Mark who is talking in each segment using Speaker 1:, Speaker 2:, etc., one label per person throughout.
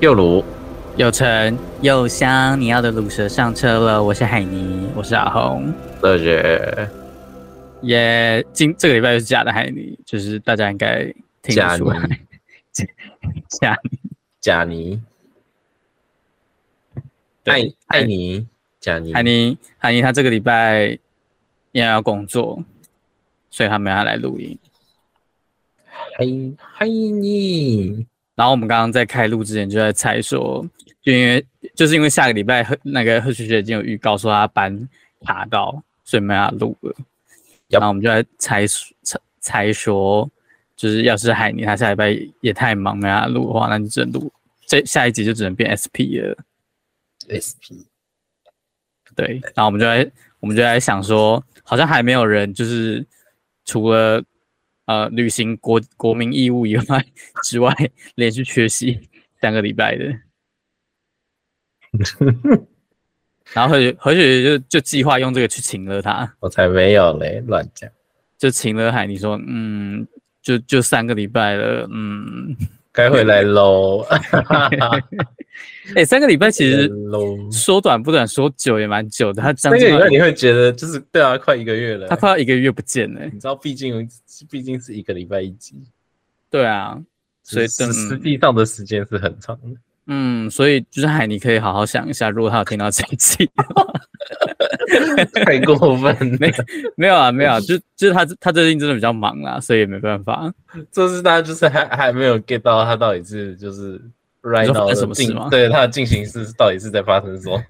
Speaker 1: 右鲁，
Speaker 2: 有成有香，你要的卤蛇上车了。我是海尼，我是阿红，
Speaker 1: 乐爷，
Speaker 2: 耶、今这个礼拜就是假的海尼，就是大家应该听
Speaker 1: 贾
Speaker 2: 得出
Speaker 1: 尼，
Speaker 2: 来， 假
Speaker 1: 贾尼，
Speaker 2: 对
Speaker 1: 艾艾尼，贾尼，
Speaker 2: 海尼海尼他这个礼拜因为要工作，所以他没有要来录音。
Speaker 1: 嗨嗨尼，
Speaker 2: 然后我们刚刚在开录之前就在猜说，就因为就是因为下个礼拜贺那个贺旭学已经有预告说他班卡到，所以没办法录了。
Speaker 1: Yup
Speaker 2: 然后我们就在猜猜猜说，就是要是海尼他下礼拜也太忙没办法录的话，那就只能录这下一集就只能变 SP 了。
Speaker 1: SP，
Speaker 2: 对，然后我们就在我们就在想说，好像还没有人就是除了呃履行国国民义务以外之外，连续缺席三个礼拜的。然后何雪何雪就就计划用这个去请了他，
Speaker 1: 我才没有嘞，乱讲。
Speaker 2: 就请了海，你说嗯，就就三个礼拜了，嗯，
Speaker 1: 该回来 喽，
Speaker 2: 哎、三个礼拜 其实
Speaker 1: 喽。
Speaker 2: 说短不短，说久也蛮久的，他
Speaker 1: 那
Speaker 2: 将
Speaker 1: 个
Speaker 2: 近
Speaker 1: 礼
Speaker 2: 要
Speaker 1: 拜
Speaker 2: 一
Speaker 1: 你会觉得就是对啊，快一个月了
Speaker 2: 他。快要一个月不见了、
Speaker 1: 你知道，毕竟毕竟是一个礼拜一集，
Speaker 2: 对啊，所以
Speaker 1: 实
Speaker 2: 等
Speaker 1: 实际上的时间是很长的。
Speaker 2: 嗯，所以就是海，你可以好好想一下，如果他有听到这一期，
Speaker 1: 太过分了，
Speaker 2: 没有啊，没有啊，就就是他他最近真的比较忙啦，所以也没办法。
Speaker 1: 就是大家就是还还没有 get 到他到底是就是 right
Speaker 2: 你说
Speaker 1: now
Speaker 2: 发
Speaker 1: 的
Speaker 2: 生什么事
Speaker 1: 进
Speaker 2: 吗
Speaker 1: 对他的进行是到底是在发生什么？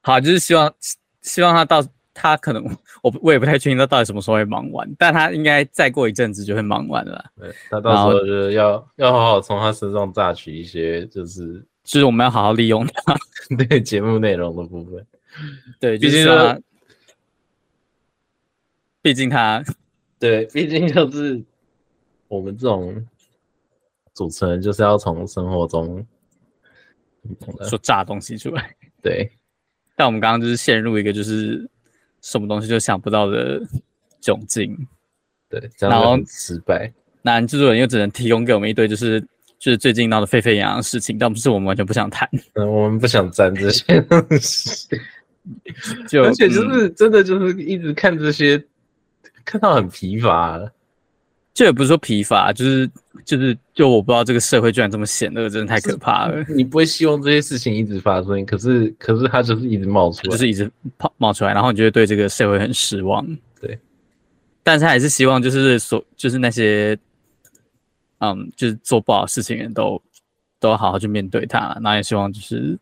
Speaker 2: 好，就是希望希望他到他可能我我也不太确定他到底什么时候会忙完，但他应该再过一阵子就会忙完了啦。
Speaker 1: 对他到时候就是要要好好从他身上榨取一些就是
Speaker 2: 就是我们要好好利用他，
Speaker 1: 对节目内容的部分。
Speaker 2: 对，
Speaker 1: 毕
Speaker 2: 就是
Speaker 1: 竟
Speaker 2: 希望
Speaker 1: 说
Speaker 2: 他毕竟他
Speaker 1: 对，毕竟就是我们这种主持人，就是要从生活中，你懂的
Speaker 2: 说炸东西出来。
Speaker 1: 对，
Speaker 2: 但我们刚刚就是陷入一个就是什么东西就想不到的窘境。
Speaker 1: 对，这样
Speaker 2: 然
Speaker 1: 就
Speaker 2: 后
Speaker 1: 很失败。
Speaker 2: 那制作人又只能提供给我们一堆就是就是最近闹得沸沸扬扬的事情，但不是我们完全不想谈，
Speaker 1: 嗯，我们不想沾这些东西，
Speaker 2: 就
Speaker 1: 而且就
Speaker 2: 嗯
Speaker 1: 是真的就是一直看这些，看到很疲乏啊了。
Speaker 2: 这也不是说疲乏，就是就是就我不知道这个社会居然这么险恶，真的太可怕了，
Speaker 1: 你不会希望这些事情一直发生，可是可是它就是一直冒出来，
Speaker 2: 就是一直冒冒出来，然后你就会对这个社会很失望。
Speaker 1: 对，
Speaker 2: 但是还是希望就是所就是那些嗯就是做不好的事情的人都都好好去面对它，然后也希望就是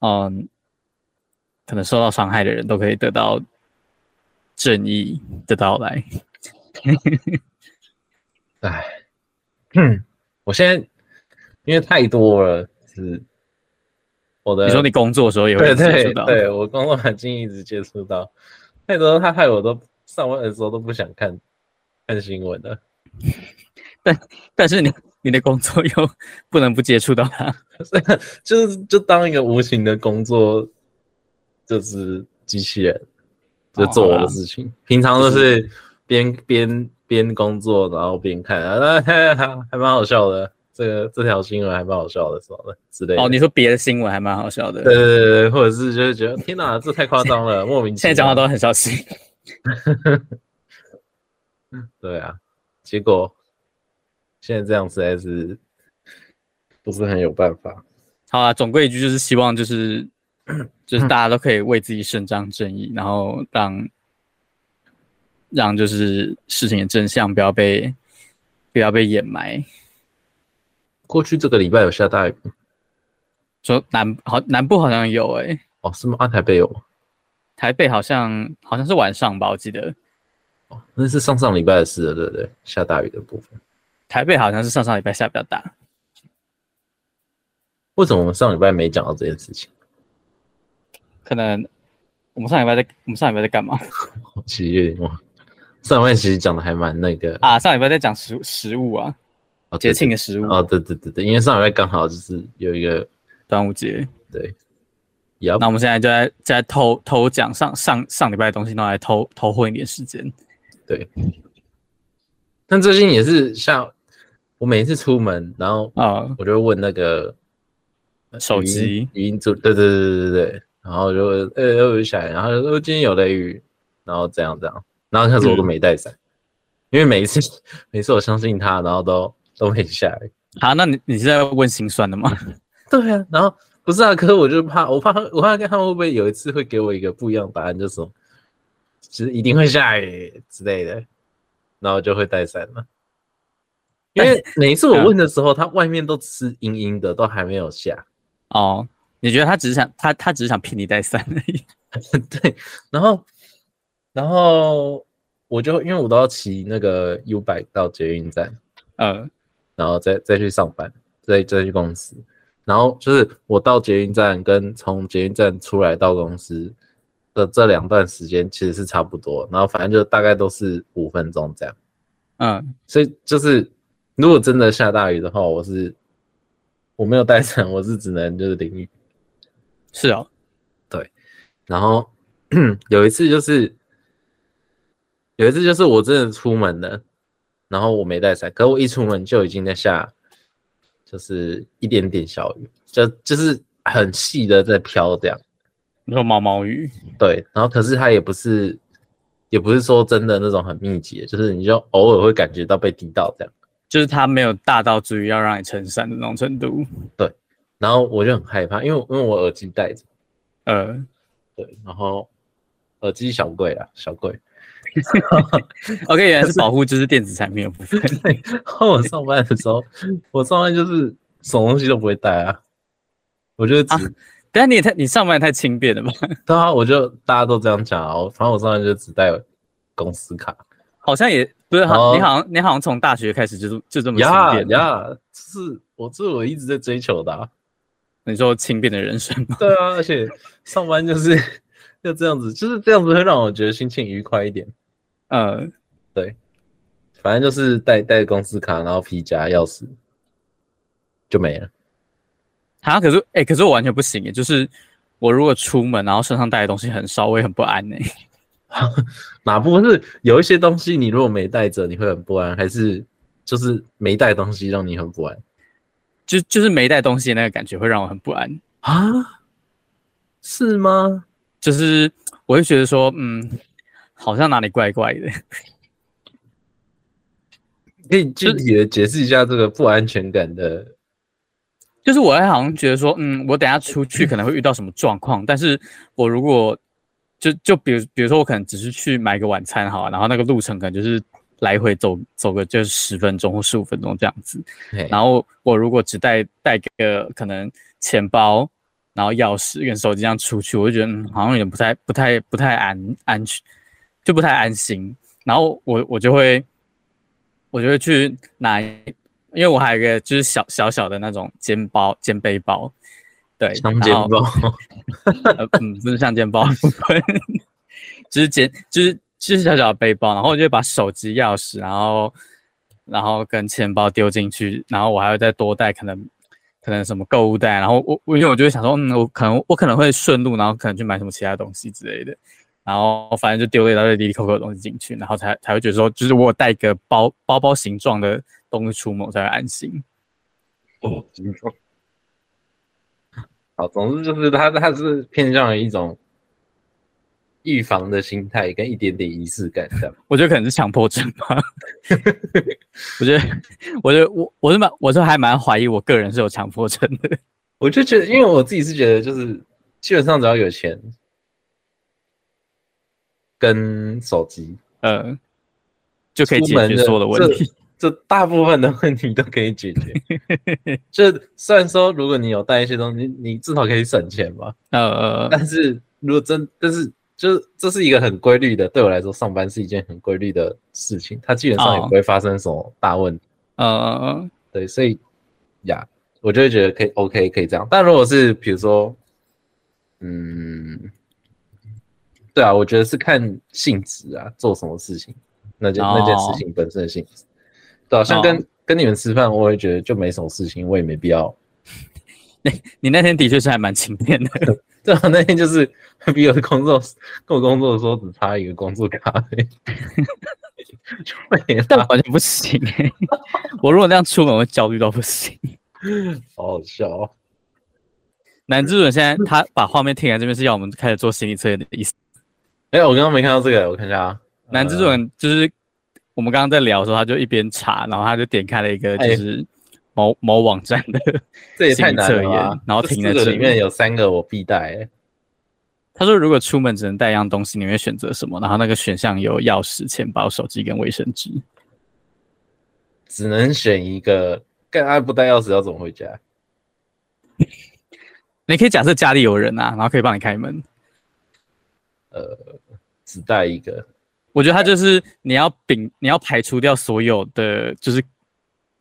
Speaker 2: 嗯可能受到伤害的人都可以得到正义的到来。
Speaker 1: 唉，嗯，我现在因为太多了，是我的
Speaker 2: 你说你工作的时候也
Speaker 1: 对
Speaker 2: 会接
Speaker 1: 对
Speaker 2: 触到，
Speaker 1: 对，我工作环境一直接触到太多，他害我都上班的时候都不想看看新闻了，
Speaker 2: 但是你你的工作又 不能不接触到它。
Speaker 1: 就是就当一个无形的工作，就是机器人，就
Speaker 2: 哦
Speaker 1: 做我
Speaker 2: 好
Speaker 1: 的
Speaker 2: 啦
Speaker 1: 事情，平常都是边边边工作然后边看啊，那 还蛮好笑的。这个这条新闻还蛮好笑的，什么的之类的。
Speaker 2: 哦，你说别的新闻还蛮好笑的。
Speaker 1: 对对对对，或者是就是觉得天 哪，这太夸张了，莫名其
Speaker 2: 现
Speaker 1: 妙。
Speaker 2: 在讲话都很小心。
Speaker 1: 对啊，结果现在这样实在是不是很有办法。
Speaker 2: 好啊，总归一句就是希望就是就是大家都可以为自己伸张正义，然后让让就是事情的真相不要被不要被掩埋。
Speaker 1: 过去这个礼拜有下大雨吗
Speaker 2: 说南好南部好像有诶、
Speaker 1: 哦，是吗？啊，台北有吗，
Speaker 2: 台北好像好像是晚上吧，我记得
Speaker 1: 哦，那是上上礼拜的事了，对不对？下大雨的部分，
Speaker 2: 台北好像是上上礼拜下比较大，
Speaker 1: 为什么我们上礼拜没讲到这件事情？
Speaker 2: 可能我们上礼拜在我们上礼拜在干嘛
Speaker 1: 我其实有点忘了，上礼拜其实讲的还蛮那个
Speaker 2: 啊？上礼拜在讲食食物啊，
Speaker 1: 哦
Speaker 2: 节
Speaker 1: 对
Speaker 2: 庆的食物，
Speaker 1: 对哦，对对对对，因为上礼拜刚好就是有一个
Speaker 2: 端午节。
Speaker 1: 对，呀
Speaker 2: 那，我们现在就在就在偷偷讲上上上礼拜的东西，然后来偷偷混一点时间。
Speaker 1: 但最近也是下，我每一次出门，然后
Speaker 2: 啊，
Speaker 1: 我就会问那个呃
Speaker 2: 手
Speaker 1: 语音
Speaker 2: 机
Speaker 1: 语音助，对对对对对对，然后就会呃、我就想，然后就说今天有雷雨，然后这样这样，然后开始我都
Speaker 2: 嗯
Speaker 1: 没带伞，因为每一次每次我相信他，然后都都没下雨。
Speaker 2: 好，那你你是在问心酸 的吗？
Speaker 1: 对啊，然后不是啊，可是我就怕，我怕我怕看他们会不会有一次会给我一个不一样的答案，就是什么就是一定会下雨之类的，然后就会带伞了。因
Speaker 2: 哎
Speaker 1: 为每一次
Speaker 2: 啊
Speaker 1: 我问的时候，它外面都只是阴阴的，都还没有下。
Speaker 2: 哦，你觉得他只是想他他只是想骗你带伞而已？
Speaker 1: 对，然后然后我就因为我都要骑那个 U bike 到捷运站，
Speaker 2: 呃，
Speaker 1: 然后再再去上班，再再去公司。然后就是我到捷运站跟从捷运站出来到公司的这两段时间其实是差不多，然后反正就大概都是五分钟这样。
Speaker 2: 嗯，
Speaker 1: 所以就是如果真的下大雨的话，我是我没有带伞，我是只能就是淋雨。
Speaker 2: 是哦，
Speaker 1: 然后 有一次就是有一次就是我真的出门了，然后我没带伞，可我一出门就已经在下，就是一点点小雨，就就是很细的在飘这样。
Speaker 2: 你说毛毛雨，
Speaker 1: 对，然后可是它也不是也不是说真的那种很密集的，就是你就偶尔会感觉到被滴到这样。
Speaker 2: 就是他没有大到足以要让你撑伞的那种程度。
Speaker 1: 然后我就很害怕，因为因为我耳机戴着，
Speaker 2: 呃，
Speaker 1: 对，然后耳机小贵啦，小贵。
Speaker 2: OK，原来是保护就是电子产品的部分。
Speaker 1: 然后我上班的时候，我上班就是什么东西都不会带啊，我就只、
Speaker 2: 啊但你也太你上班也太轻便了吧？
Speaker 1: 对啊，我就大家都这样讲啊，我反正我上班就只带公司卡，
Speaker 2: 好像也不是，好、
Speaker 1: 哦
Speaker 2: 你好像你好像从大学开始就就这么轻
Speaker 1: 呀
Speaker 2: 便了
Speaker 1: 呀，这是我这是我一直在追求的、啊，
Speaker 2: 你说轻便的人生吗？
Speaker 1: 对啊，而且上班就是就这样子，就是这样子会让我觉得心情愉快一点，
Speaker 2: 呃，
Speaker 1: 反正就是带带公司卡，然后皮夹、钥匙就没了。
Speaker 2: 啊，可是哎、可是我完全不行耶，就是我如果出门，然后身上带的东西很少，我也很不安呢。
Speaker 1: 哪部分是有一些东西你如果没带着你会很不安，还是就是没带东西让你很不安
Speaker 2: 就就是没带东西的那个感觉会让我很不安，
Speaker 1: 啊？是吗？
Speaker 2: 就是我会觉得说，嗯，好像哪里怪怪的。
Speaker 1: 可以具体的解释一下这个不安全感的
Speaker 2: 就是我会好像觉得说，嗯，我等下出去可能会遇到什么状况，但是我如果就就比如比如说我可能只是去买个晚餐好了，然后那个路程可能就是来回走走个就是十分钟或十五分钟这样子，
Speaker 1: 嘿
Speaker 2: 然后我如果只带带个可能钱包，然后钥匙跟手机这样出去，我就觉得嗯，好像有点不太不太不太安安全，就不太安心。然后我我就会我就会去拿，因为我还有一个就是小小小的那种肩包肩背包，对，
Speaker 1: 双
Speaker 2: 然
Speaker 1: 肩
Speaker 2: 后
Speaker 1: 包，
Speaker 2: 呃，嗯，不是像肩包的部分， 就是肩，就是就是小小的背包，然后我就会把手机、钥匙，然后然后跟钱包丢进去，然后我还会再多带可能可能什么购物袋，然后我我因为我就会想说，嗯，我可能我可能会顺路，然后可能去买什么其他东西之类的，然后反正就丢了一大堆里里扣扣的东西进去，然后才才会觉得说，就是我有带一个包包包形状的东西出门我才会安心。
Speaker 1: 哦， 好，总之就是他他是偏向于一种预防的心态跟一点点仪式感这样。
Speaker 2: 我觉得可能是强迫症吧。我觉得，我觉得我我是蛮，我是还蛮怀疑我个人是有强迫症的。
Speaker 1: 我就觉得，因为我自己是觉得，就是基本上只要有钱跟手机，
Speaker 2: 呃，就可以
Speaker 1: 出
Speaker 2: 解
Speaker 1: 门
Speaker 2: 决所有的问题。
Speaker 1: 这，这大部分的问题都可以解决。 就虽然说，如果你有带一些东西，你至少可以省钱吧。
Speaker 2: 呃，
Speaker 1: 但是如果真，但是就是这是一个很规律的，对我来说，上班是一件很规律的事情，它基本上也
Speaker 2: 哦
Speaker 1: 不会发生什么大问题。
Speaker 2: 呃，
Speaker 1: 对，所以呀，我就会觉得可以 OK 可以这样。但如果是比如说，嗯，对啊，我觉得是看性质啊，做什么事情，那件、那件
Speaker 2: 哦
Speaker 1: 事情本身的性质。对啊，像跟、跟你们吃饭，我也觉得就没什么事情，我也没必要。
Speaker 2: 你那天的确是还蛮勤勉的。
Speaker 1: 对啊，那天就是比我的工作跟我工作的时候只差一个工作卡而已，对
Speaker 2: 但我完全不行哎、我如果那样出门，我会焦虑到不行。
Speaker 1: 好好笑哦、
Speaker 2: 男制作人现在他把画面停在这边，是要我们开始做心理测验的意思。
Speaker 1: 哎、我刚刚没看到这个，我看一下啊。
Speaker 2: 男制作人就是我们刚刚在聊的时候，他就一边查，然后他就点开了一
Speaker 1: 哎
Speaker 2: 个就是某某网站的，
Speaker 1: 呃，这也
Speaker 2: 心
Speaker 1: 太
Speaker 2: 理
Speaker 1: 难
Speaker 2: 测
Speaker 1: 了吧
Speaker 2: 验。然后
Speaker 1: 这
Speaker 2: 停
Speaker 1: 四
Speaker 2: 在
Speaker 1: 个
Speaker 2: 这
Speaker 1: 里面
Speaker 2: 里
Speaker 1: 有三个我必带、欸，
Speaker 2: 他说如果出门只能带一样东西，你会选择什么？然后那个选项有钥匙、钱包、手机跟卫生纸。
Speaker 1: 只能选一个。干啊，不带钥匙要怎么回家？
Speaker 2: 你可以假设家里有人啊，然后可以帮你开门。
Speaker 1: 只带一个。
Speaker 2: 我觉得他就是你要摒，你要排除掉所有的，就是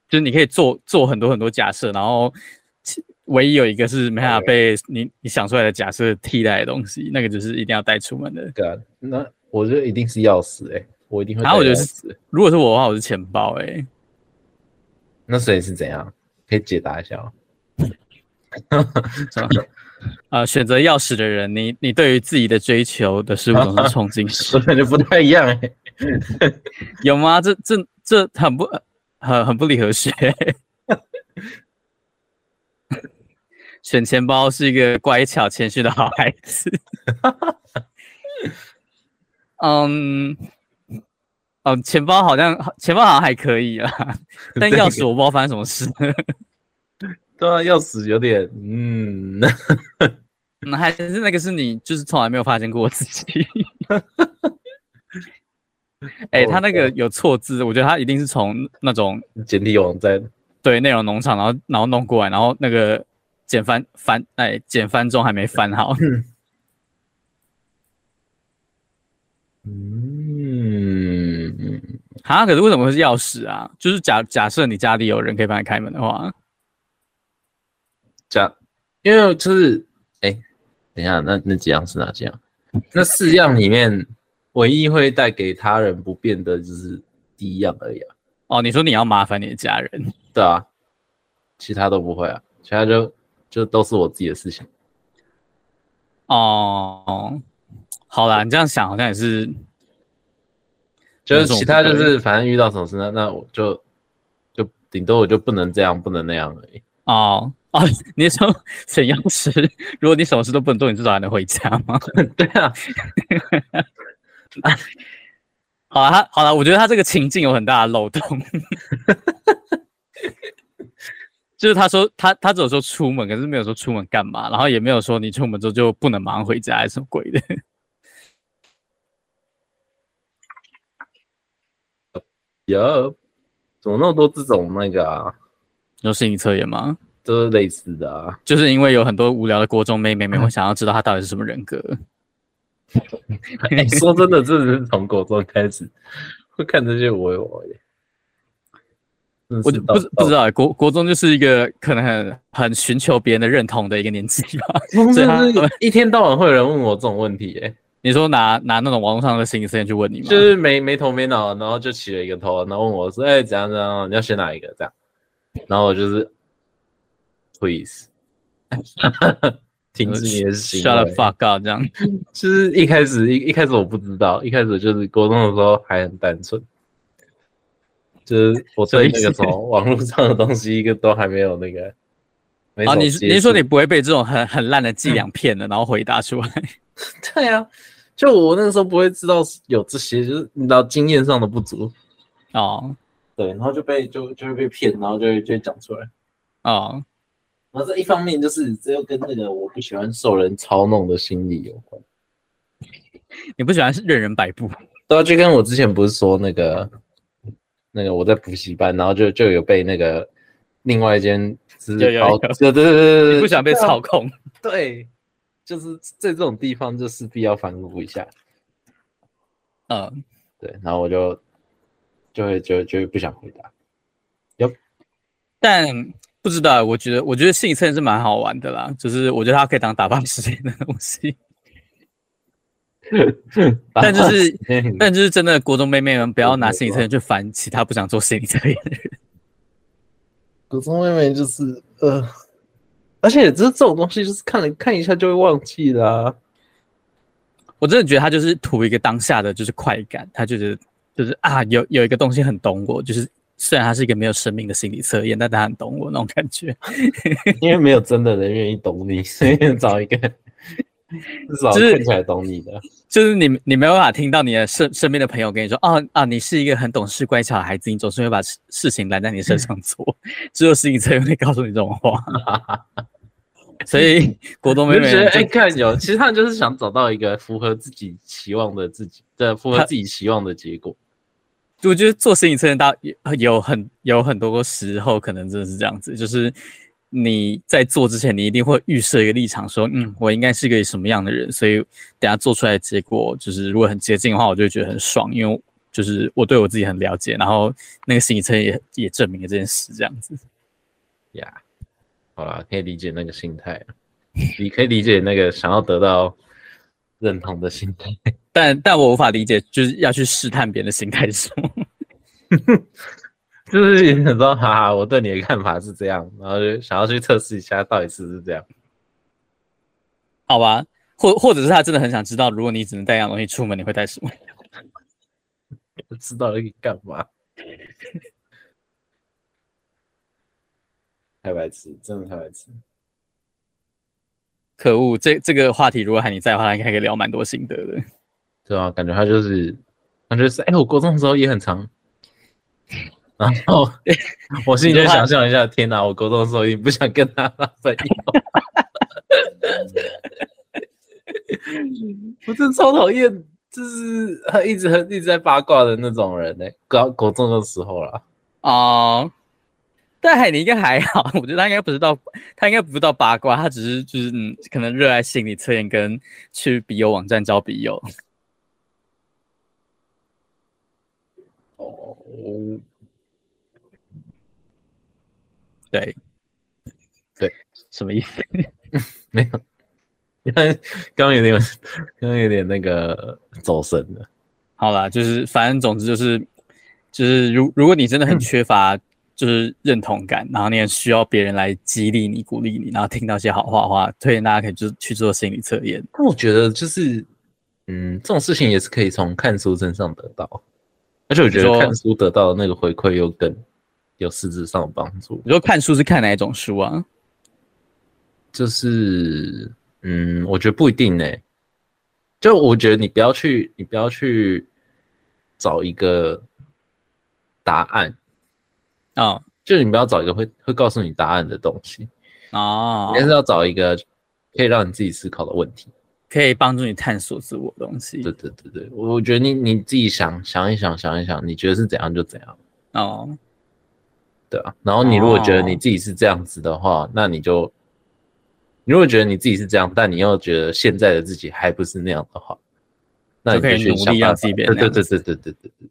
Speaker 2: 就是你可以做做很多很多假设，然后其唯一有一个是没办法被你你想出来的假设替代的东西，那个就是一定要带出门的。
Speaker 1: 干，那我觉得一定是钥匙、欸，哎，我一定会带钥匙。
Speaker 2: 啊我觉得是如果是我的话，我是钱包哎、欸
Speaker 1: 那所以是怎样？可以解答一下吗？
Speaker 2: 是吧 呃，选择钥匙的人，你你对于自己的追求的事物总是憧 憬
Speaker 1: 我感觉不太一样、欸，哎，
Speaker 2: 有吗？这这这很不很很不离和谐。选钱包是一个乖巧谦虚的好孩子。嗯，哦，钱包好像钱包好像还可以啊，但钥匙我不知道发生什么事。
Speaker 1: 对啊，钥匙有点，嗯，
Speaker 2: 嗯，还是那个是你就是从来没有发现过我自己。哎、他那个有错字，我觉得他一定是从那种
Speaker 1: 简体网站，
Speaker 2: 对内容农场，然后然后弄过来，然后那个简翻翻哎简翻中还没翻好，
Speaker 1: 嗯，
Speaker 2: 哈，可是为什么会是钥匙啊？就是假假设你家里有人可以帮你开门的话，
Speaker 1: 这样，因为就是，哎、等一下，那那几样是哪几样？那四样里面，唯一会带给他人不便的就是第一样而已啊，
Speaker 2: 哦，你说你要麻烦你的家人，
Speaker 1: 对啊，其他都不会啊，其他就就都是我自己的事情。
Speaker 2: 哦，好啦，你这样想好像也是，
Speaker 1: 就是其他就是反正遇到什么事，那那我就就顶多我就不能这样，不能那样而已。
Speaker 2: 哦哦， 你说选钥匙，如果你什么事都不能做，你至少还能回家吗？
Speaker 1: 对啊，
Speaker 2: 好啊啦，他好了，我觉得他这个情境有很大的漏洞。就是他说他他只有说出门，可是没有说出门干嘛，然后也没有说你出门之后就不能马上回家还是什么鬼的。
Speaker 1: 有怎么那么多这种那个啊，
Speaker 2: 有心理测验吗？
Speaker 1: 都是类似的啊。
Speaker 2: 就是因为有很多无聊的国中妹妹们会想要知道他到底是什么人格。
Speaker 1: 哎说真的，真的是从国中开始会看这些我我耶。真的
Speaker 2: 我
Speaker 1: 是
Speaker 2: 就
Speaker 1: 到
Speaker 2: 不知不知道欸，国国中就是一个可能很很寻求别人的认同的一个年纪吧。
Speaker 1: 到
Speaker 2: 所以他
Speaker 1: 真的是一天到晚会有人问我这种问题、 耶，
Speaker 2: 你说拿拿那种网络上的心理测验去问你吗？
Speaker 1: 就是没没头没脑，然后就起了一个头，然后问我说：“哎、怎样怎样？你要选哪一个？”这样，然后我就是，please，停止你的行欸
Speaker 2: shut the
Speaker 1: 为。
Speaker 2: fuck up 这样。
Speaker 1: 就是一开始一一开始我不知道，一开始就是国中的时候还很单纯，就是我对那个什
Speaker 2: 什么意
Speaker 1: 么网络上的东西一个都还没有那 个。没
Speaker 2: 啊，
Speaker 1: 什么
Speaker 2: 你
Speaker 1: 接
Speaker 2: 你说
Speaker 1: 触
Speaker 2: 你不会被这种很很烂的
Speaker 1: 嗯
Speaker 2: 伎俩骗了，然后回答出来，
Speaker 1: 对啊？就我那个时候不会知道有这些，就是你知道经验上的不足，
Speaker 2: 哦
Speaker 1: 对，然后就被就就会被骗，然后就会就会讲出来。
Speaker 2: 哦，
Speaker 1: 然后这一方面就是这又跟那个我不喜欢受人操弄的心理有关。
Speaker 2: 你不喜欢任人摆布，
Speaker 1: 对啊，就跟我之前不是说那个那个我在补习班，然后就就有被那个另外一间就是
Speaker 2: 有有
Speaker 1: 包对
Speaker 2: 有
Speaker 1: 对对对对，
Speaker 2: 你不喜欢被
Speaker 1: 对啊
Speaker 2: 操控，
Speaker 1: 对，就是在这种地方就势必要反骨一下，
Speaker 2: 嗯，
Speaker 1: 对，然后我就就会就就会不想回答，
Speaker 2: 但不知道，我觉得我觉得心理测验是蛮好玩的啦，就是我觉得它可以当打发时间的东西，但就是
Speaker 1: 嗯
Speaker 2: 但就是真的国中妹妹们不要拿心理测验去烦其他不想做心理测验的人，
Speaker 1: 古中妹妹就是呃，而且这这种东西就是看了看一下就会忘记 啦、
Speaker 2: 我真的觉得他就是图一个当下的就是快感，他就觉得就是啊，有有一个东西很懂我，就是虽然它是一个没有生命的心理测验，但它很懂我那种感觉。
Speaker 1: 因为没有真的人愿意懂你，所以找一个 至少
Speaker 2: 就是
Speaker 1: 看起来懂你的。
Speaker 2: 就是你你没有办法听到你的身身边的朋友跟你说，啊啊，你是一个很懂事乖巧的孩子，你总是会把事事情揽在你身上做， 只有心理测验会告诉你这种话。 所以国栋
Speaker 1: 我
Speaker 2: 妹
Speaker 1: 就
Speaker 2: 妹
Speaker 1: 觉得，
Speaker 2: 就
Speaker 1: 哎、看有，其实他们就是想找到一个符合自己期望的自己的，符合
Speaker 2: 他
Speaker 1: 自己期望的结果。
Speaker 2: 我觉得做心理测验，大有有很有很多个时候，可能真的是这样子，就是你在做之前，你一定会预设一个立场，说，嗯，我应该是个什么样的人，所以等下做出来的结果，就是如果很接近的话，我就会觉得很爽，因为就是我对我自己很了解，然后那个心理测验也也证明了这件事，这样子。
Speaker 1: 呀、好啦，可以理解那个心态，你可以理解那个想要得到认同的心态。
Speaker 2: 但但我无法理解，就是要去试探别人的心态是什么。
Speaker 1: 就是你知道，哈哈，我对你的看法是这样，然后就想要去测试一下到底是不是这样。
Speaker 2: 好吧，或或者是他真的很想知道，如果你只能带一样东西出门，你会带什么？
Speaker 1: 不知道在干嘛，太白痴，真的太白痴。
Speaker 2: 可恶，这这个话题如果喊你在的话，应该可以聊蛮多心得的。
Speaker 1: 对啊，感觉他就是，感觉是，哎、我国中的时候也很长。然后 我心里就想象一下，天哪！我国中的时候也不想跟他当朋友， 我真的超讨厌，就是他一直很一直在八卦的那种人呢、高国中的时候啦，
Speaker 2: 哦、但海尼应该还好，我觉得他应该不是到，他应该不是到八卦，他只是就是嗯，可能热爱心理测验跟去笔友网站招笔友。
Speaker 1: 哦，
Speaker 2: 对，
Speaker 1: 对，
Speaker 2: 什么意思？
Speaker 1: 没有， 你看刚刚有点，刚刚有点那个走神了。
Speaker 2: 好啦，就是反正总之就是就是如如果你真的很缺乏就是认同感，然后你很需要别人来激励你、鼓励你，然后听到一些好话的话，推荐大家可以就是去做心理测验。
Speaker 1: 但我觉得就是，嗯，这种事情也是可以从看书身上得到，而且我觉
Speaker 2: 你
Speaker 1: 得
Speaker 2: 说
Speaker 1: 看书得到的那个回馈又更有实质上的帮助。
Speaker 2: 你说看书是看哪一种书啊？
Speaker 1: 就是，嗯，我觉得不一定呢、就我觉得你不要去，你不要去找一个答案，
Speaker 2: 哦
Speaker 1: 就你不要找一个会会告诉你答案的东西，
Speaker 2: 哦
Speaker 1: 你，还是要找一个可以让你自己思考的问题。
Speaker 2: 可以帮助你探索自我的东西
Speaker 1: 对。对对对，我觉得你你自己想想一想，想一想，你觉得是怎样就怎样，
Speaker 2: 哦，
Speaker 1: 对啊。然后你如果觉得
Speaker 2: 哦
Speaker 1: 你自己是这样子的话，那你就，你如果觉得你自己是这样，但你又觉得现在的自己还不是那样的话，那你
Speaker 2: 就可以
Speaker 1: 去
Speaker 2: 努力
Speaker 1: 想办
Speaker 2: 让
Speaker 1: 法
Speaker 2: 自己变
Speaker 1: 对
Speaker 2: 那
Speaker 1: 对
Speaker 2: 样
Speaker 1: 对对对对对对。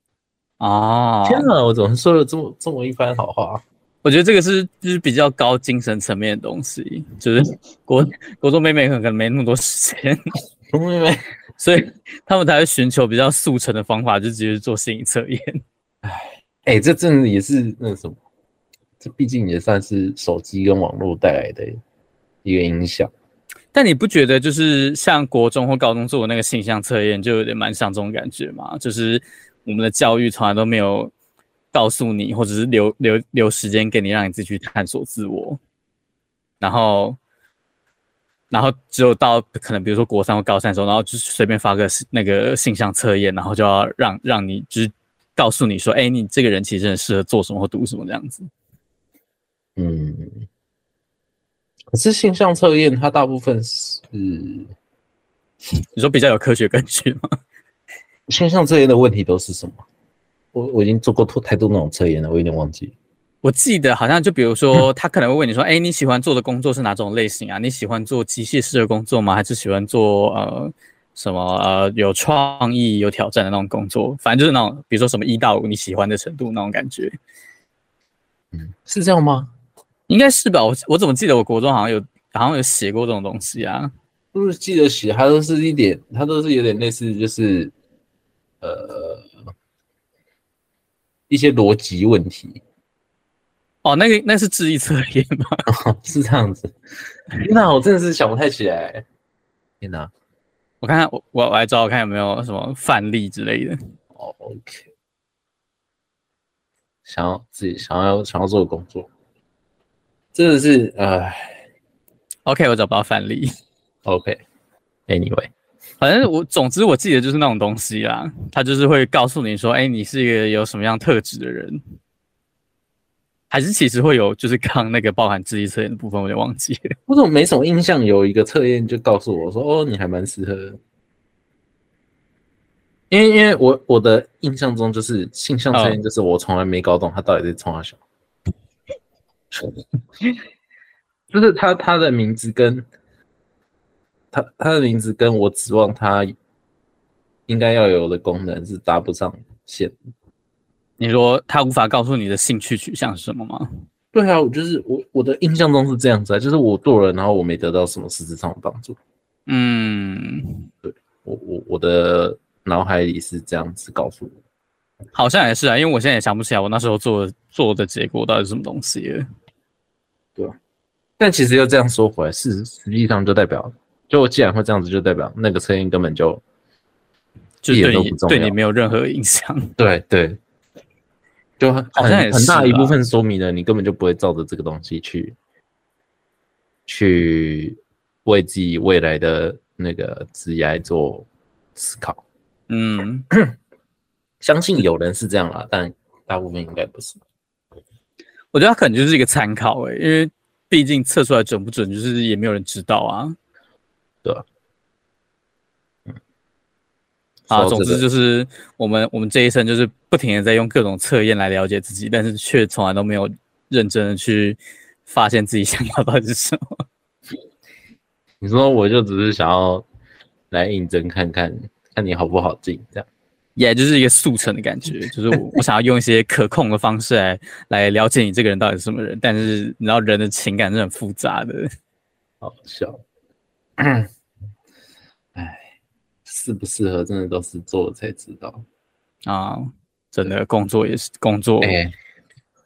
Speaker 2: 哦，
Speaker 1: 天哪，我怎么说了这么这么一番好话？
Speaker 2: 我觉得这个是就是比较高精神层面的东西，就是国国中妹妹可能没那么多时间，
Speaker 1: 因为
Speaker 2: 所以他们才会寻求比较速成的方法，就直接做心理测验。
Speaker 1: 哎，这真的也是那什么，这毕竟也算是手机跟网络带来的一个影响。
Speaker 2: 但你不觉得就是像国中或高中做的那个性向测验，就有点蛮像这种感觉吗？就是我们的教育从来都没有告诉你，或者是留留留时间给你，让你自己去探索自我，然后。然后只有到可能比如说国三或高三的时候，然后就是随便发个那个性向测验，然后就要让让你就是告诉你说，哎，你这个人其实很适合做什么或读什么这样子。
Speaker 1: 嗯，可是性向测验它大部分是
Speaker 2: 你说比较有科学根据吗？
Speaker 1: 性向测验的问题都是什么？我我已经做过太太多那种测验了，我有点忘记。
Speaker 2: 我记得好像就比如说，他可能会问你说：“哎、你喜欢做的工作是哪种类型啊？你喜欢做机械式的工作吗？还是喜欢做呃什么呃有创意、有挑战的那种工作？反正就是那种，比如说什么一到五你喜欢的程度那种感觉，
Speaker 1: 是这样吗？
Speaker 2: 应该是吧？我我怎么记得我国中好像有好像有写过这种东西啊？
Speaker 1: 就是记得写，它都是一点，它都是有点类似，就是呃一些逻辑问题，
Speaker 2: 哦，那个那是智力测验吗？
Speaker 1: 是这样子。天哪，我真的是想不太起来。天哪
Speaker 2: 我看看我我我来找我看有没有什么范例之类的。
Speaker 1: 哦，OK，想要自己想要想要做的工作，真的是唉
Speaker 2: OK，我找不到范例。
Speaker 1: ，OK，Anyway，
Speaker 2: 反正我总之我记得就是那种东西啦，他就是会告诉你说，哎、你是一个有什么样特质的人，还是其实会有就是刚刚那个包含智力测验的部分，我有点忘记了。
Speaker 1: 我怎么没什么印象？有一个测验就告诉我说，哦，你还蛮适合的，因为因为我我的印象中就是性向测验，就是我从来没搞懂他到底是从哪想，就是他他的名字跟他他的名字跟我指望他应该要有的功能是搭不上线的。
Speaker 2: 你说他无法告诉你的兴趣取向是什么吗？
Speaker 1: 对啊，我就是我我的印象中是这样子啊，就是我做了，然后我没得到什么实质上的帮助。
Speaker 2: 嗯，
Speaker 1: 我我我的脑海里是这样子告诉我，
Speaker 2: 好像也是啊，因为我现在也想不起来我那时候做的做的结果到底是什么东西了。
Speaker 1: 但其实又这样说回来，事实际上就代表，就既然会这样子，就代表那个测验根本就
Speaker 2: 就
Speaker 1: 一
Speaker 2: 是
Speaker 1: 点
Speaker 2: 对
Speaker 1: 都
Speaker 2: 你
Speaker 1: 不重要
Speaker 2: 对你没有任何影响，
Speaker 1: 对对，就很
Speaker 2: 好像也是
Speaker 1: 很大一
Speaker 2: 啦
Speaker 1: 部分说明了你根本就不会照着这个东西去去为自己未来的那个职业做思考。
Speaker 2: 嗯，
Speaker 1: 相信有人是这样啦，但大部分应该不是。
Speaker 2: 我觉得它可能就是一个参考欸诶、因为毕竟测出来准不准，就是也没有人知道啊。
Speaker 1: 说
Speaker 2: 啊，
Speaker 1: 到
Speaker 2: 嗯总
Speaker 1: 这
Speaker 2: 之
Speaker 1: 个
Speaker 2: 就是我们我们这一生就是不停的在用各种测验来了解自己，但是却从来都没有认真的去发现自己想要到底是什么。
Speaker 1: 你说我就只是想要来应征看看，看你好不好进这样。
Speaker 2: 也、就是一个速成的感觉，就是我我想要用一些可控的方式来来了解你这个人到底是什么人，但是你知道人的情感是很复杂的，
Speaker 1: 好笑。 哎，适不适合真的都是做了才知道。
Speaker 2: 啊，真的工作也是工作，
Speaker 1: 哎、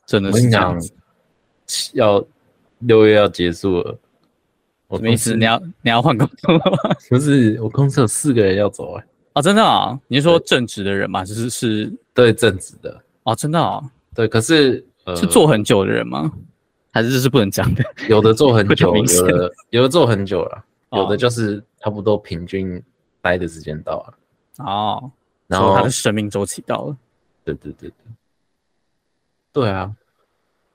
Speaker 2: 真的
Speaker 1: 我跟
Speaker 2: 是
Speaker 1: 你
Speaker 2: 这
Speaker 1: 讲
Speaker 2: 样子。，
Speaker 1: 要六月要结束了，我
Speaker 2: 什么意思？
Speaker 1: 公司
Speaker 2: 你要你要换工作 吗？
Speaker 1: 不是我公司有四个人要走哎、
Speaker 2: 啊，真的啊、你是说正职的人吗？就是是
Speaker 1: 对正职的，
Speaker 2: 啊，真的啊、
Speaker 1: 对，可是、呃、
Speaker 2: 是做很久的人吗？还是这是不能讲的？
Speaker 1: 有的做很
Speaker 2: 不太
Speaker 1: 久，
Speaker 2: 明
Speaker 1: 有
Speaker 2: 显
Speaker 1: 的有的做很久了， 有的
Speaker 2: 哦
Speaker 1: 就是差不多平均待的时间到了，
Speaker 2: 哦，
Speaker 1: 然
Speaker 2: 说
Speaker 1: 后
Speaker 2: 他的生命周期到了，
Speaker 1: 对对对对，对啊，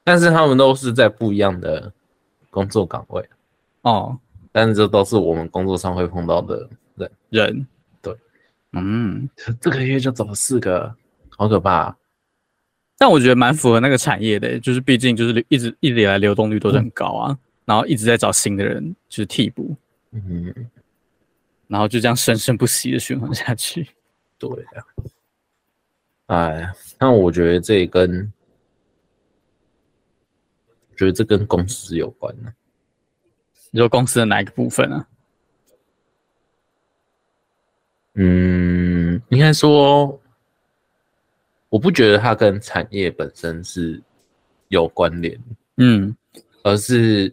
Speaker 1: 但是他们都是在不一样的工作岗位，
Speaker 2: 哦，
Speaker 1: 但是这都是我们工作上会碰到的人。
Speaker 2: 人，
Speaker 1: 对，
Speaker 2: 嗯，
Speaker 1: 这个月就走了四个，好可怕、啊！
Speaker 2: 但我觉得蛮符合那个产业的，就是毕竟就是一直一直以来流动率都是很高啊，然后一直在找新的人就是替补，
Speaker 1: 嗯，
Speaker 2: 然后就这样生生不息的循环下去。
Speaker 1: 对啊。哎，那我觉得这也跟，觉得这跟公司有关啊呢、
Speaker 2: 你说公司的哪一个部分啊？
Speaker 1: 嗯，应该说，我不觉得它跟产业本身是有关联的
Speaker 2: 嗯，
Speaker 1: 而是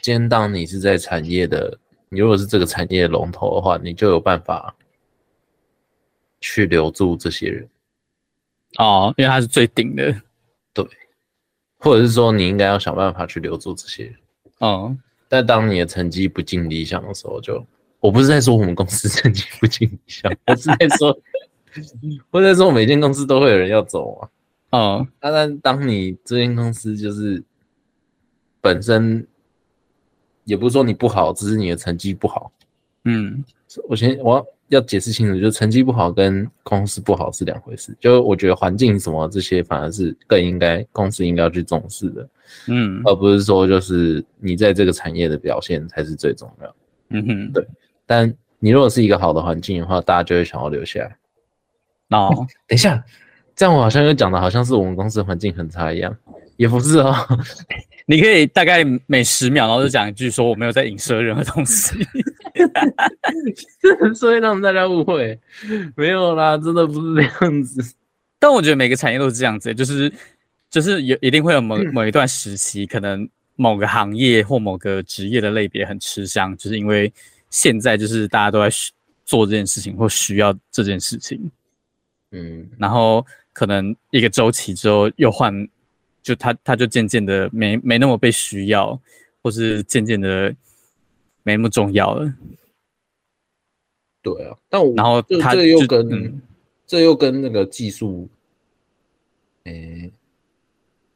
Speaker 1: 今天当你是在产业的，你如果是这个产业的龙头的话，你就有办法去留住这些人，
Speaker 2: 哦，因为它是最顶的，
Speaker 1: 或者是说你应该要想办法去留住这些人。
Speaker 2: 哦，
Speaker 1: 但当你的成绩不尽理想的时候就，我不是在说我们公司成绩不尽理想，我是在说，我是在说每间公司都会有人要走啊。
Speaker 2: 哦，
Speaker 1: 当然，当你这间公司就是本身，也不是说你不好，只是你的成绩不好。
Speaker 2: 嗯，
Speaker 1: 我先我要要解释清楚，就是成绩不好跟公司不好是两回事。就是我觉得环境什么这些反而是更应该公司应该要去重视的，
Speaker 2: 嗯，
Speaker 1: 而不是说就是你在这个产业的表现才是最重要。
Speaker 2: 嗯哼，
Speaker 1: 对但你如果是一个好的环境的话，大家就会想要留下来。
Speaker 2: 哦，
Speaker 1: 等一下，这样我好像又讲的好像是我们公司环境很差一样，也不是哦。
Speaker 2: 你可以大概每十秒，然后就讲一句说我没有在影射任何东西。
Speaker 1: 所以让大家误会，没有啦，真的不是这样子。
Speaker 2: 但我觉得每个产业都是这样子，就是就是有一定会有某某一段时期，可能某个行业或某个职业的类别很吃香，就是因为现在就是大家都在需做这件事情或需要这件事情，
Speaker 1: 嗯
Speaker 2: 然后可能一个周期之后又换，就他他就渐渐的没没那么被需要，或是渐渐的没那么重要了。
Speaker 1: 对啊，但我
Speaker 2: 然后
Speaker 1: 这
Speaker 2: 他
Speaker 1: 这又
Speaker 2: 就
Speaker 1: 跟、
Speaker 2: 嗯
Speaker 1: 这又跟那个技术，诶、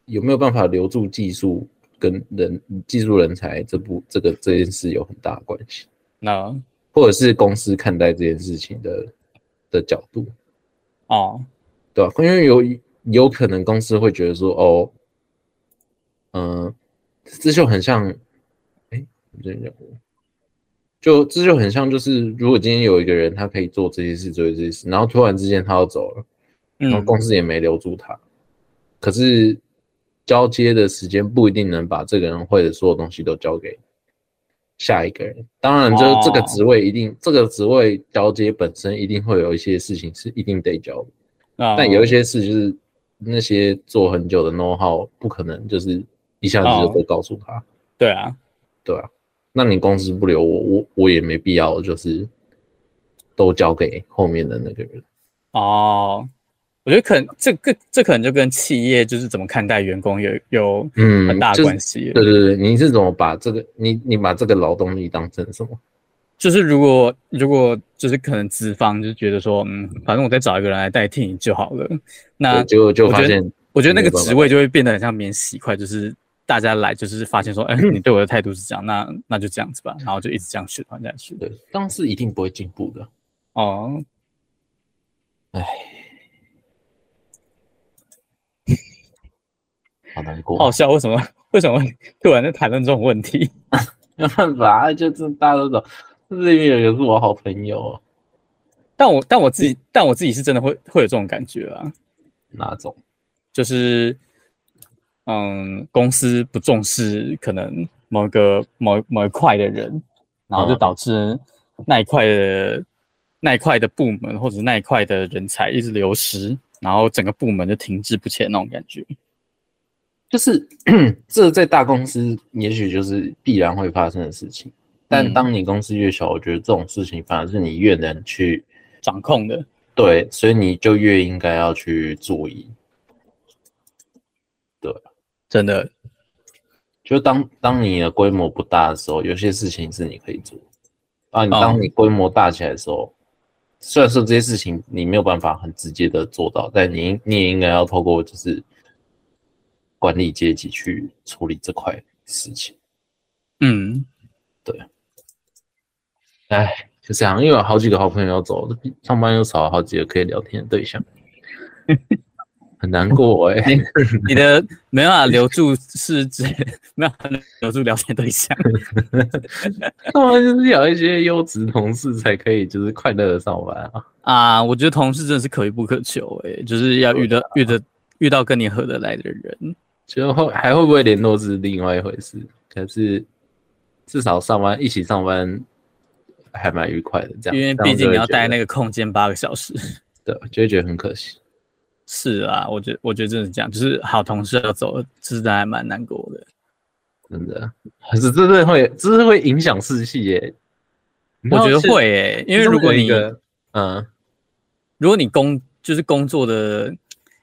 Speaker 1: 有没有办法留住技术跟人技术人才这部这个这件事有很大的关系，
Speaker 2: 那
Speaker 1: 或者是公司看待这件事情的的角度，
Speaker 2: 哦，
Speaker 1: 对吧、啊因为有有可能公司会觉得说，哦，嗯、这就很像，哎、我之前讲过，就这就很像，就是如果今天有一个人他可以做这些事，做这些事，然后突然之间他要走了，然后
Speaker 2: 嗯，
Speaker 1: 公司也没留住他，可是交接的时间不一定能把这个人会的所有东西都交给下一个人。当然，就是这个
Speaker 2: 哦
Speaker 1: 职位一定，这个职位交接本身一定会有一些事情是一定得交的。但有一些事就是那些做很久的 know how 不可能就是一下子就都告诉他，
Speaker 2: 对啊，
Speaker 1: 对啊，那你公司不留我，我我也没必要就是都交给后面的那个人。
Speaker 2: 哦，我觉得可能这个这可能就跟企业就是怎么看待员工有有
Speaker 1: 嗯，
Speaker 2: 很大的
Speaker 1: 就是
Speaker 2: 关系了、
Speaker 1: 对对对，你是怎么把这个你你把这个劳动力当成什么？
Speaker 2: 就是如果如果就是可能资方就觉得说，嗯，反正我再找一个人来代替你就好了。那
Speaker 1: 结果就
Speaker 2: 我觉
Speaker 1: 发
Speaker 2: 得
Speaker 1: 现，
Speaker 2: 我觉得那
Speaker 1: 没有
Speaker 2: 个
Speaker 1: 办法
Speaker 2: 职位就会变得很像免洗块，就是大家来就是发现说，哎、你对我的态度是这样，那那就这样子吧，然后就一直这样循环下去。
Speaker 1: 对，当时一定不会进步的。
Speaker 2: 哦，
Speaker 1: 好难过，
Speaker 2: 好笑，为什么为什么突然在谈论这种问题？
Speaker 1: 没办法，就是大家都懂。这边有一个是我好朋友哦，
Speaker 2: 但我但我自己但我自己是真的会会有这种感觉啊，
Speaker 1: 哪种？
Speaker 2: 就是嗯，公司不重视可能某个某某一块的人，然后就
Speaker 1: 嗯
Speaker 2: 导致那一块的那一块的部门或者那一块的人才一直流失，然后整个部门就停滞不前那种感觉。
Speaker 1: 就是 这在大公司也许就是必然会发生的事情，但
Speaker 2: 嗯
Speaker 1: 当你公司越小，我觉得这种事情反而是你越能去
Speaker 2: 掌控的，
Speaker 1: 对，所以你就越应该要去注意。
Speaker 2: 真的，
Speaker 1: 就当当你的规模不大的时候，有些事情是你可以做。啊，你
Speaker 2: 哦
Speaker 1: 当你规模大起来的时候，虽然说这些事情你没有办法很直接的做到，但你你也应该要透过就是管理阶级去处理这块事情。
Speaker 2: 嗯，
Speaker 1: 哎，就这样，因为有好几个好朋友要走了，上班又少了好几个可以聊天的对 象，很难过哎、
Speaker 2: 你的没办法留住是指 没办法留住聊天对象，
Speaker 1: 上班就是要有一些优质同事才可以，就是快乐的上班啊。
Speaker 2: 啊，我觉得同事真的是可遇不可求、欸，就是要遇到
Speaker 1: 啊
Speaker 2: 遇到遇到跟你合得来的人，
Speaker 1: 就后还会不会联络是另外一回事，可是至少上班一起上班还蛮愉快的，这样。
Speaker 2: 因为毕竟你要待那
Speaker 1: 个，
Speaker 2: 个空间八个小时。
Speaker 1: 对，就会觉得很可惜。
Speaker 2: 是啊，我觉得我觉得真的是这样，就是好同事要走了，真的还蛮难过的。
Speaker 1: 真的，还是真的会，真的会影响士气耶。
Speaker 2: 我觉得会诶、因为如果
Speaker 1: 你
Speaker 2: 你
Speaker 1: 知道有一个，嗯，
Speaker 2: 如果你工就是工作的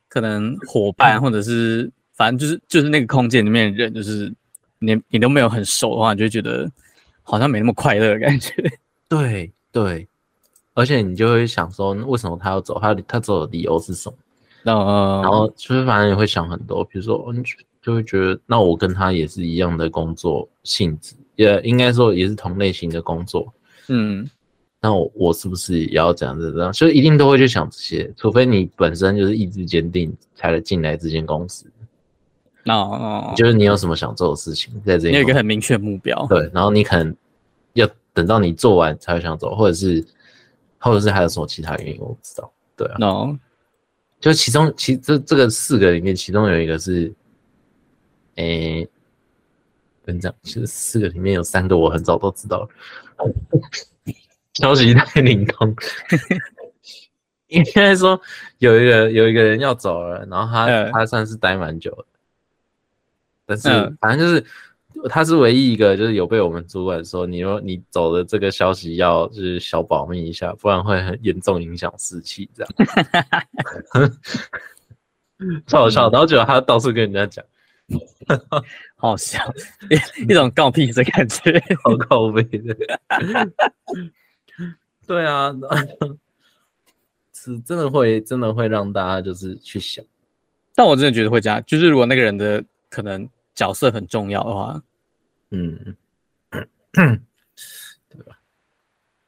Speaker 2: 可能伙
Speaker 1: 嗯
Speaker 2: 伴或者是反正就是就是那个空间里面的人，就是你你都没有很熟的话，你就会觉得好像没那么快乐的感觉。
Speaker 1: 对对，而且你就会想说，为什么他要走？他他走的理由是什么？
Speaker 2: 然后
Speaker 1: 然后就是反正也会想很多，比如说，嗯，就就会觉得，那我跟他也是一样的工作性质，也应该说也是同类型的工作，
Speaker 2: 嗯，
Speaker 1: 那我我是不是也要这样子这样？所以一定都会去想这些，除非你本身就是意志坚定，才能进来这间公司，
Speaker 2: 那哦
Speaker 1: 就是你有什么想做的事情在这
Speaker 2: 你
Speaker 1: 里
Speaker 2: 有一个很明确的目标。
Speaker 1: 对，然后你可能要等到你做完才会想走，或者是或者是还有什么其他原因，我不知道。对啊，
Speaker 2: no，
Speaker 1: 就其中其这这个四个里面，其中有一个是，诶、跟你讲，其实四个里面有三个我很早都知道了，消息太灵通。应该说有一个有一个人要走了，然后他、
Speaker 2: 嗯
Speaker 1: 他算是待蛮久的，但是
Speaker 2: 嗯
Speaker 1: 反正就是他是唯一一个就是有被我们主管说，你说你走的这个消息要就是小保密一下，不然会很严重影响士气这样。超好笑，然后觉得他到处跟人家 讲，
Speaker 2: 好笑，一一种告屁的感觉。
Speaker 1: 好靠背的。 对啊，然后是真的会真的会让大家就是去想，
Speaker 2: 但我真的觉得会这样，就是如果那个人的可能角色很重要的话，
Speaker 1: 嗯， 对吧？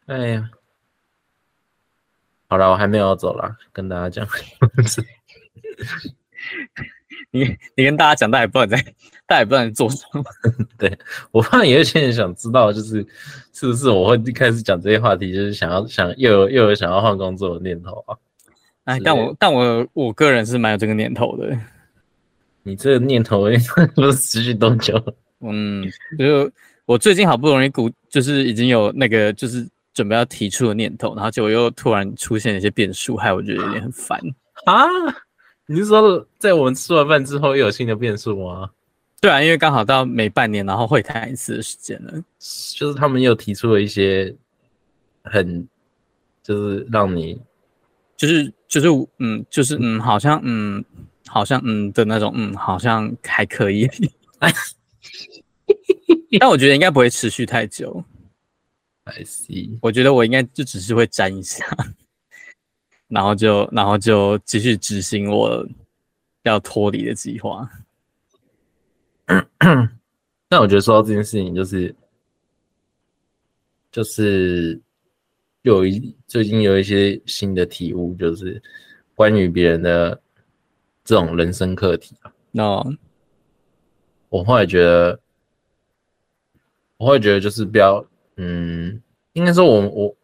Speaker 1: 哎呀，好了，我还没有要走了，跟大家 讲，
Speaker 2: 你你跟大家讲，大家也不知道你在，大家也不知道你在做什么。
Speaker 1: 我怕有一些人想知道，就是是不是我会一开始讲这些话题，就是想要想又有又有想要换工作的念头啊？
Speaker 2: 哎，
Speaker 1: 之
Speaker 2: 但
Speaker 1: 类
Speaker 2: 我但我我个人是蛮有这个念头的。
Speaker 1: 你这个念头 不是持续多久？
Speaker 2: 嗯，就是我最近好不容易鼓，就是已经有那个就是准备要提出的念头，然后结果又突然出现了一些变数，害我觉得有点很烦。
Speaker 1: 啊？你是说在我们吃完饭之后又有新的变数吗？
Speaker 2: 对啊，因为刚好到每半年然后会谈一次的时间了。
Speaker 1: 就是他们又提出了一些很，就是让你
Speaker 2: 就是就是嗯，就是嗯，好像嗯，好像嗯的那种嗯，好像还可以。 但我觉得应该不会持续太久，
Speaker 1: I see，
Speaker 2: 我觉得我应该就只是会粘一下，然后就然后就继续执行我要脱离的计划。
Speaker 1: 但我觉得说到这件事情，就是就是有一最近有一些新的体悟，就是关于别人的这种人生课题啊。
Speaker 2: 那
Speaker 1: 我后来觉得，我会觉得就是不要，嗯，应该说我我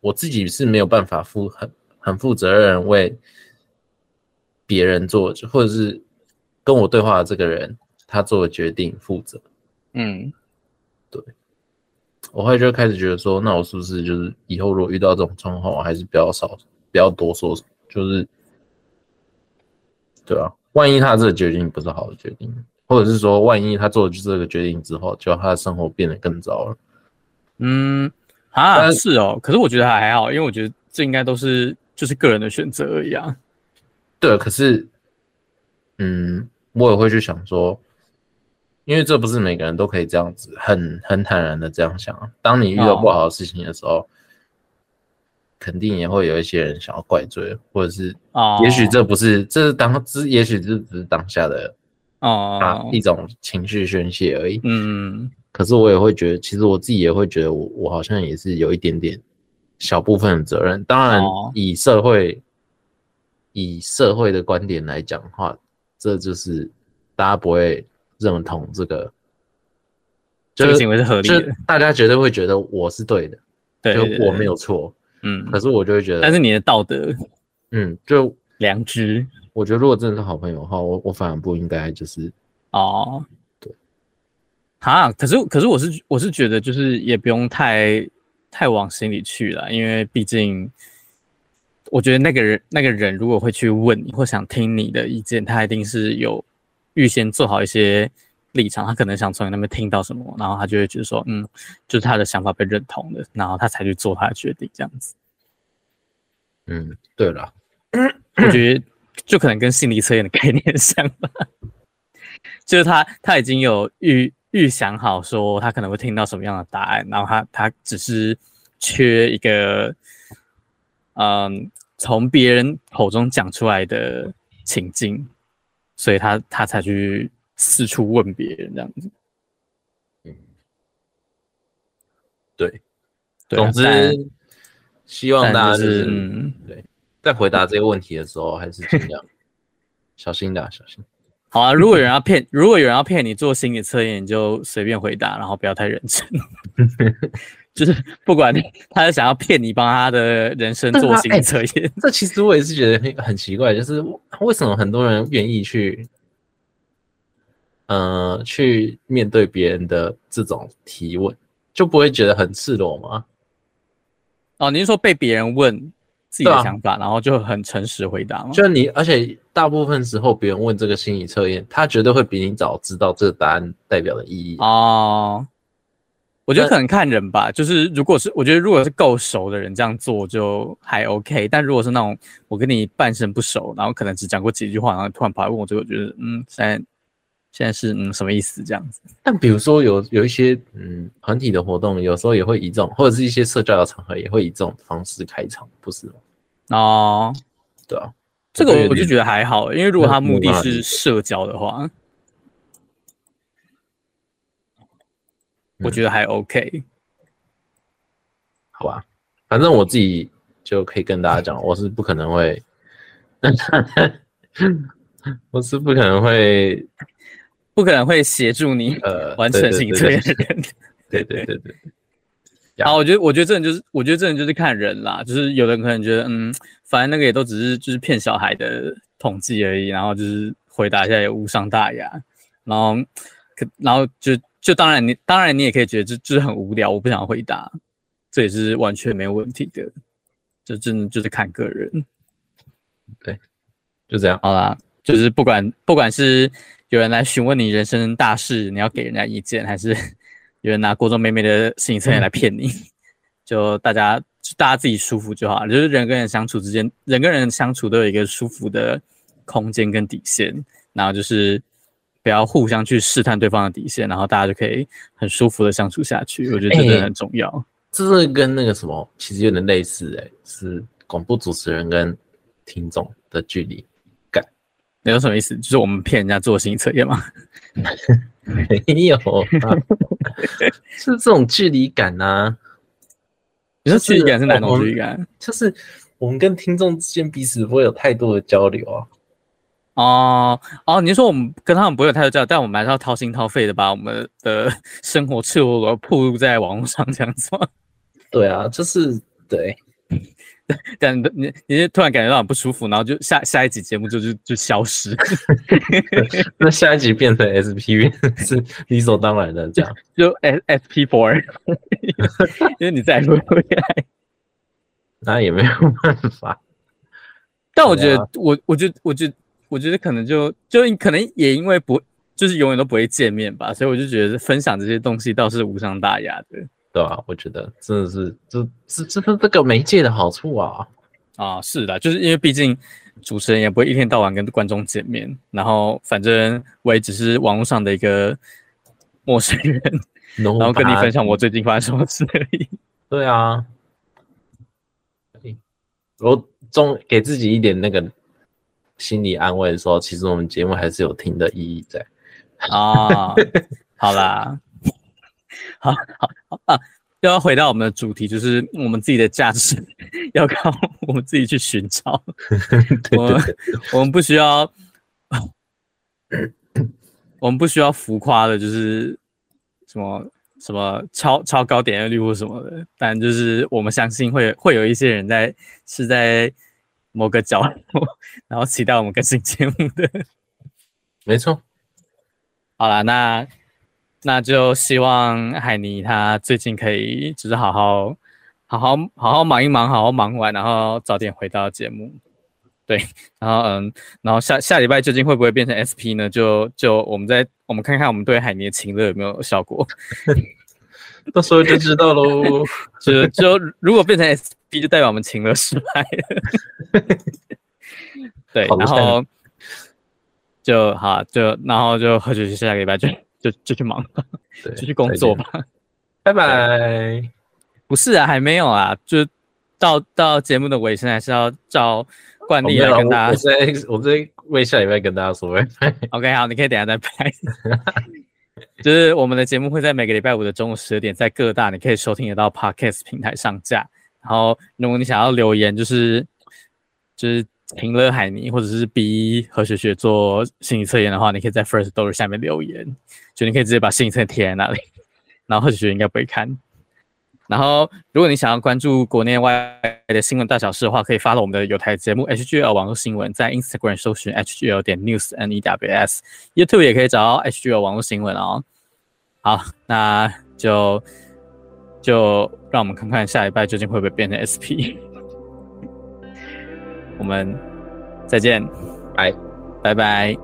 Speaker 1: 我自己是没有办法负很很负责任为别人做，或者是跟我对话的这个人他做的决定负责。
Speaker 2: 嗯，
Speaker 1: 我后来就开始觉得说，那我是不是就是以后如果遇到这种状况，我还是不要少不要多说什么，就是对啊，万一他这个决定不是好的决定，或者是说万一他做了这个决定之后，就他的生活变得更糟了。
Speaker 2: 嗯啊，
Speaker 1: 但
Speaker 2: 是哦，可是我觉得还好，因为我觉得这应该都是就是个人的选择而已啊。
Speaker 1: 对，啊可是，嗯，我也会去想说，因为这不是每个人都可以这样子，很很坦然的这样想啊。当你遇到不好的事情的时候，肯定也会有一些人想要怪罪，或者是
Speaker 2: 哦，
Speaker 1: 也许这不是，这是当这也许这只是当下的啊
Speaker 2: 哦，
Speaker 1: 一种情绪宣泄而已。
Speaker 2: 嗯，
Speaker 1: 可是我也会觉得，其实我自己也会觉得我，我好像也是有一点点小部分的责任。当然
Speaker 2: 哦，
Speaker 1: 以社会、以社会的观点来讲的话，这就是大家不会认同这个，
Speaker 2: 这
Speaker 1: 就
Speaker 2: 个
Speaker 1: 是
Speaker 2: 行为是合理
Speaker 1: 就
Speaker 2: 的
Speaker 1: 是。大家绝对会觉得我是对的，
Speaker 2: 对，
Speaker 1: 就我
Speaker 2: 对
Speaker 1: 没，有错。
Speaker 2: 对嗯，
Speaker 1: 可是我就会觉得，
Speaker 2: 但是你的道德
Speaker 1: 嗯，就
Speaker 2: 良知
Speaker 1: 我觉得如果真的是好朋友的话，我我反而不应该就是
Speaker 2: 哦，
Speaker 1: 对，
Speaker 2: 哈，可是可是我是我是觉得就是也不用太太往心里去了，因为毕竟我觉得那个人那个人如果会去问你或想听你的意见，他一定是有预先做好一些。立场，他可能想从你那边听到什么，然后他就会觉得说，嗯，就是他的想法被认同了，然后他才去做他的决定，这样子。
Speaker 1: 嗯，对了，
Speaker 2: 我觉得就可能跟心理测验的概念像吧， 就是他他已经有预预想好说他可能会听到什么样的答案，然后他他只是缺一个，嗯，从别人口中讲出来的情境，所以他他才去四处问别人这样子。
Speaker 1: 对，
Speaker 2: 对啊
Speaker 1: 总
Speaker 2: 但
Speaker 1: 之希望
Speaker 2: 但
Speaker 1: 大家
Speaker 2: 就
Speaker 1: 就是
Speaker 2: 是嗯，
Speaker 1: 在回答这些问题的时候，还是尽 量小心的啊、小心。
Speaker 2: 好啊，如果有人要骗，如果有人要骗你做心理测验，你就随便回答，然后不要太认真。 就是不管他是想要骗你帮他的人生
Speaker 1: 啊
Speaker 2: 做心理测验，
Speaker 1: 这其实我也是觉得很很奇怪，就是为什么很多人愿意去，呃，去面对别人的这种提问，就不会觉得很赤裸吗？
Speaker 2: 哦，你是说被别人问自己的
Speaker 1: 对啊
Speaker 2: 想法，然后就很诚实回答嘛。
Speaker 1: 就你，而且大部分时候别人问这个心理测验，他绝对会比你早知道这个答案代表的意义。
Speaker 2: 哦，我觉
Speaker 1: 但
Speaker 2: 得可能看人吧，就是如果是我觉得如果是够熟的人这样做就还 OK，但如果是那种我跟你半生不熟，然后可能只讲过几句话，然后突然跑来问我这个，我觉得嗯，现在现在是嗯什么意思这样子？
Speaker 1: 但比如说有有一些嗯团体的活动，有时候也会以这种，或者是一些社交的场合也会以这种方式开场，不是吗？
Speaker 2: 哦，
Speaker 1: 对啊，
Speaker 2: 这个我
Speaker 1: 有
Speaker 2: 就
Speaker 1: 点
Speaker 2: 觉得嗯还好，欸因为如果
Speaker 1: 那
Speaker 2: 他目
Speaker 1: 木
Speaker 2: 的
Speaker 1: 讷
Speaker 2: 是
Speaker 1: 一
Speaker 2: 社交的话，我
Speaker 1: 嗯
Speaker 2: 觉得还 OK。
Speaker 1: 好吧，反正我自己就可以跟大家讲，我是不可能会， 我是不可能会
Speaker 2: 不可能会协助你
Speaker 1: 呃
Speaker 2: 完成心理测验的人。
Speaker 1: 对对对对，
Speaker 2: 然后我觉得，我觉得这人就是，我觉得这人就是看人啦，就是有的人可能觉得，嗯，反正那个也都只是就是骗小孩的统计而已，然后就是回答一下也无伤大雅，然后可然后就就当然你当然你也可以觉得这就是很无聊，我不想回答，这也是完全没有问题的，就真的就是看个人。
Speaker 1: 就这样。
Speaker 2: 好啦，就是不管不管是有人来询问你人生大事，你要给人家意见，还是有人拿国中妹妹的心理测验来骗你，就大家就大家自己舒服就好了。就是人跟人相处之间，人跟人相处都有一个舒服的空间跟底线，然后就是不要互相去试探对方的底线，然后大家就可以很舒服的相处下去。我觉得这真的
Speaker 1: 哎
Speaker 2: 很重要。
Speaker 1: 这是跟那个什么其实有点类似诶、是广播主持人跟听众的距离。
Speaker 2: 你有什么意思？就是我们骗人家做心理测验吗？
Speaker 1: 没有啊，是这种距离感啊，
Speaker 2: 你说
Speaker 1: 就是
Speaker 2: 距离感是哪种
Speaker 1: 我
Speaker 2: 距离感？
Speaker 1: 就是我们跟听众之间彼此不会有太多的交流啊。
Speaker 2: 哦哦，你是说我们跟他们不会有太多交流，但我们还是要掏心掏肺的把我们的生活赤裸裸暴露在网络上这样子吗？
Speaker 1: 对啊，就是对，
Speaker 2: 感你你是突然感觉到很不舒服，然后就下下一集节目就就就消失，
Speaker 1: 那下一集变成 SPV 是理所当然的这样。
Speaker 2: 就 S S P four，因为你再也不会回来。
Speaker 1: 那也没有办法。
Speaker 2: 但我觉
Speaker 1: 对啊
Speaker 2: 得，我我觉得，我觉得，我觉得可能就就可能也因为不就是永远都不会见面吧，所以我就觉得分享这些东西倒是无伤大雅的。
Speaker 1: 对吧、我觉得真的是，这这这是这个媒介的好处啊。
Speaker 2: 啊，是的，就是因为毕竟主持人也不会一天到晚跟观众见面，然后反正我也只是网络上的一个陌生人，
Speaker 1: 然
Speaker 2: 然后跟你分享我最近发生什么事而已。
Speaker 1: 对啊，我中给自己一点那个心理安慰的时候，其实我们节目还是有听的意义在。
Speaker 2: 啊，好啦，好好好啊，又要回到我们的主题，就是我们自己的价值 要靠我们自己去寻找，
Speaker 1: 对
Speaker 2: 我
Speaker 1: 对
Speaker 2: 们
Speaker 1: 对，
Speaker 2: 我们不需要，我们不需要浮夸的，就是什么什么超超高点阅率或什么的，但就是我们相信会会有一些人在是在某个角落，然后期待我们更新节目的。
Speaker 1: 没错，
Speaker 2: 好啦，那那就希望海尼他最近可以就是好好好好好好忙一忙，好好忙完，然后早点回到节目。对，然后嗯，然后下下礼拜究竟会不会变成 SP 呢？就就我们再我们看看我们对海尼的情热有没有效果。
Speaker 1: 到时候就知道喽。
Speaker 2: 就就如果变成 SP，就代表我们情乐失败了。对，
Speaker 1: 好
Speaker 2: 然
Speaker 1: 像
Speaker 2: 后就好，就然后就何雪下个礼拜就就就去忙吧，
Speaker 1: 对，
Speaker 2: 就去工作吧。
Speaker 1: 再见，拜拜。
Speaker 2: 不是啊，还没有啊，就到到节目的尾声，还是要照惯
Speaker 1: 我
Speaker 2: 例
Speaker 1: 没有
Speaker 2: 来
Speaker 1: 啦
Speaker 2: 跟
Speaker 1: 我
Speaker 2: 大
Speaker 1: 我
Speaker 2: 家。
Speaker 1: 在我在为下礼拜跟大家说拜拜。
Speaker 2: OK，好，你可以等一下再拍。 就是我们的节目会在每个礼拜五的中午十点，在各大你可以收听得到 Podcast 平台上架。然后，如果你想要留言，就是就是评论海尼或者是逼何雪雪做心理测验的话，你可以在 First Story 下面留言，就你可以直接把心理测验贴在那里，然后何雪雪应该不会看。然后，如果你想要关注国内外的新闻大小事的话，可以发到我们的有台节目 HGL 网络新闻，在 Instagram 搜寻 HGL 点 news n e w s。YouTube 也可以找到 HGO 网络新闻哦。好，那就就让我们看看下礼拜究竟会不会变成 SP。我们再见，
Speaker 1: 拜
Speaker 2: 拜拜。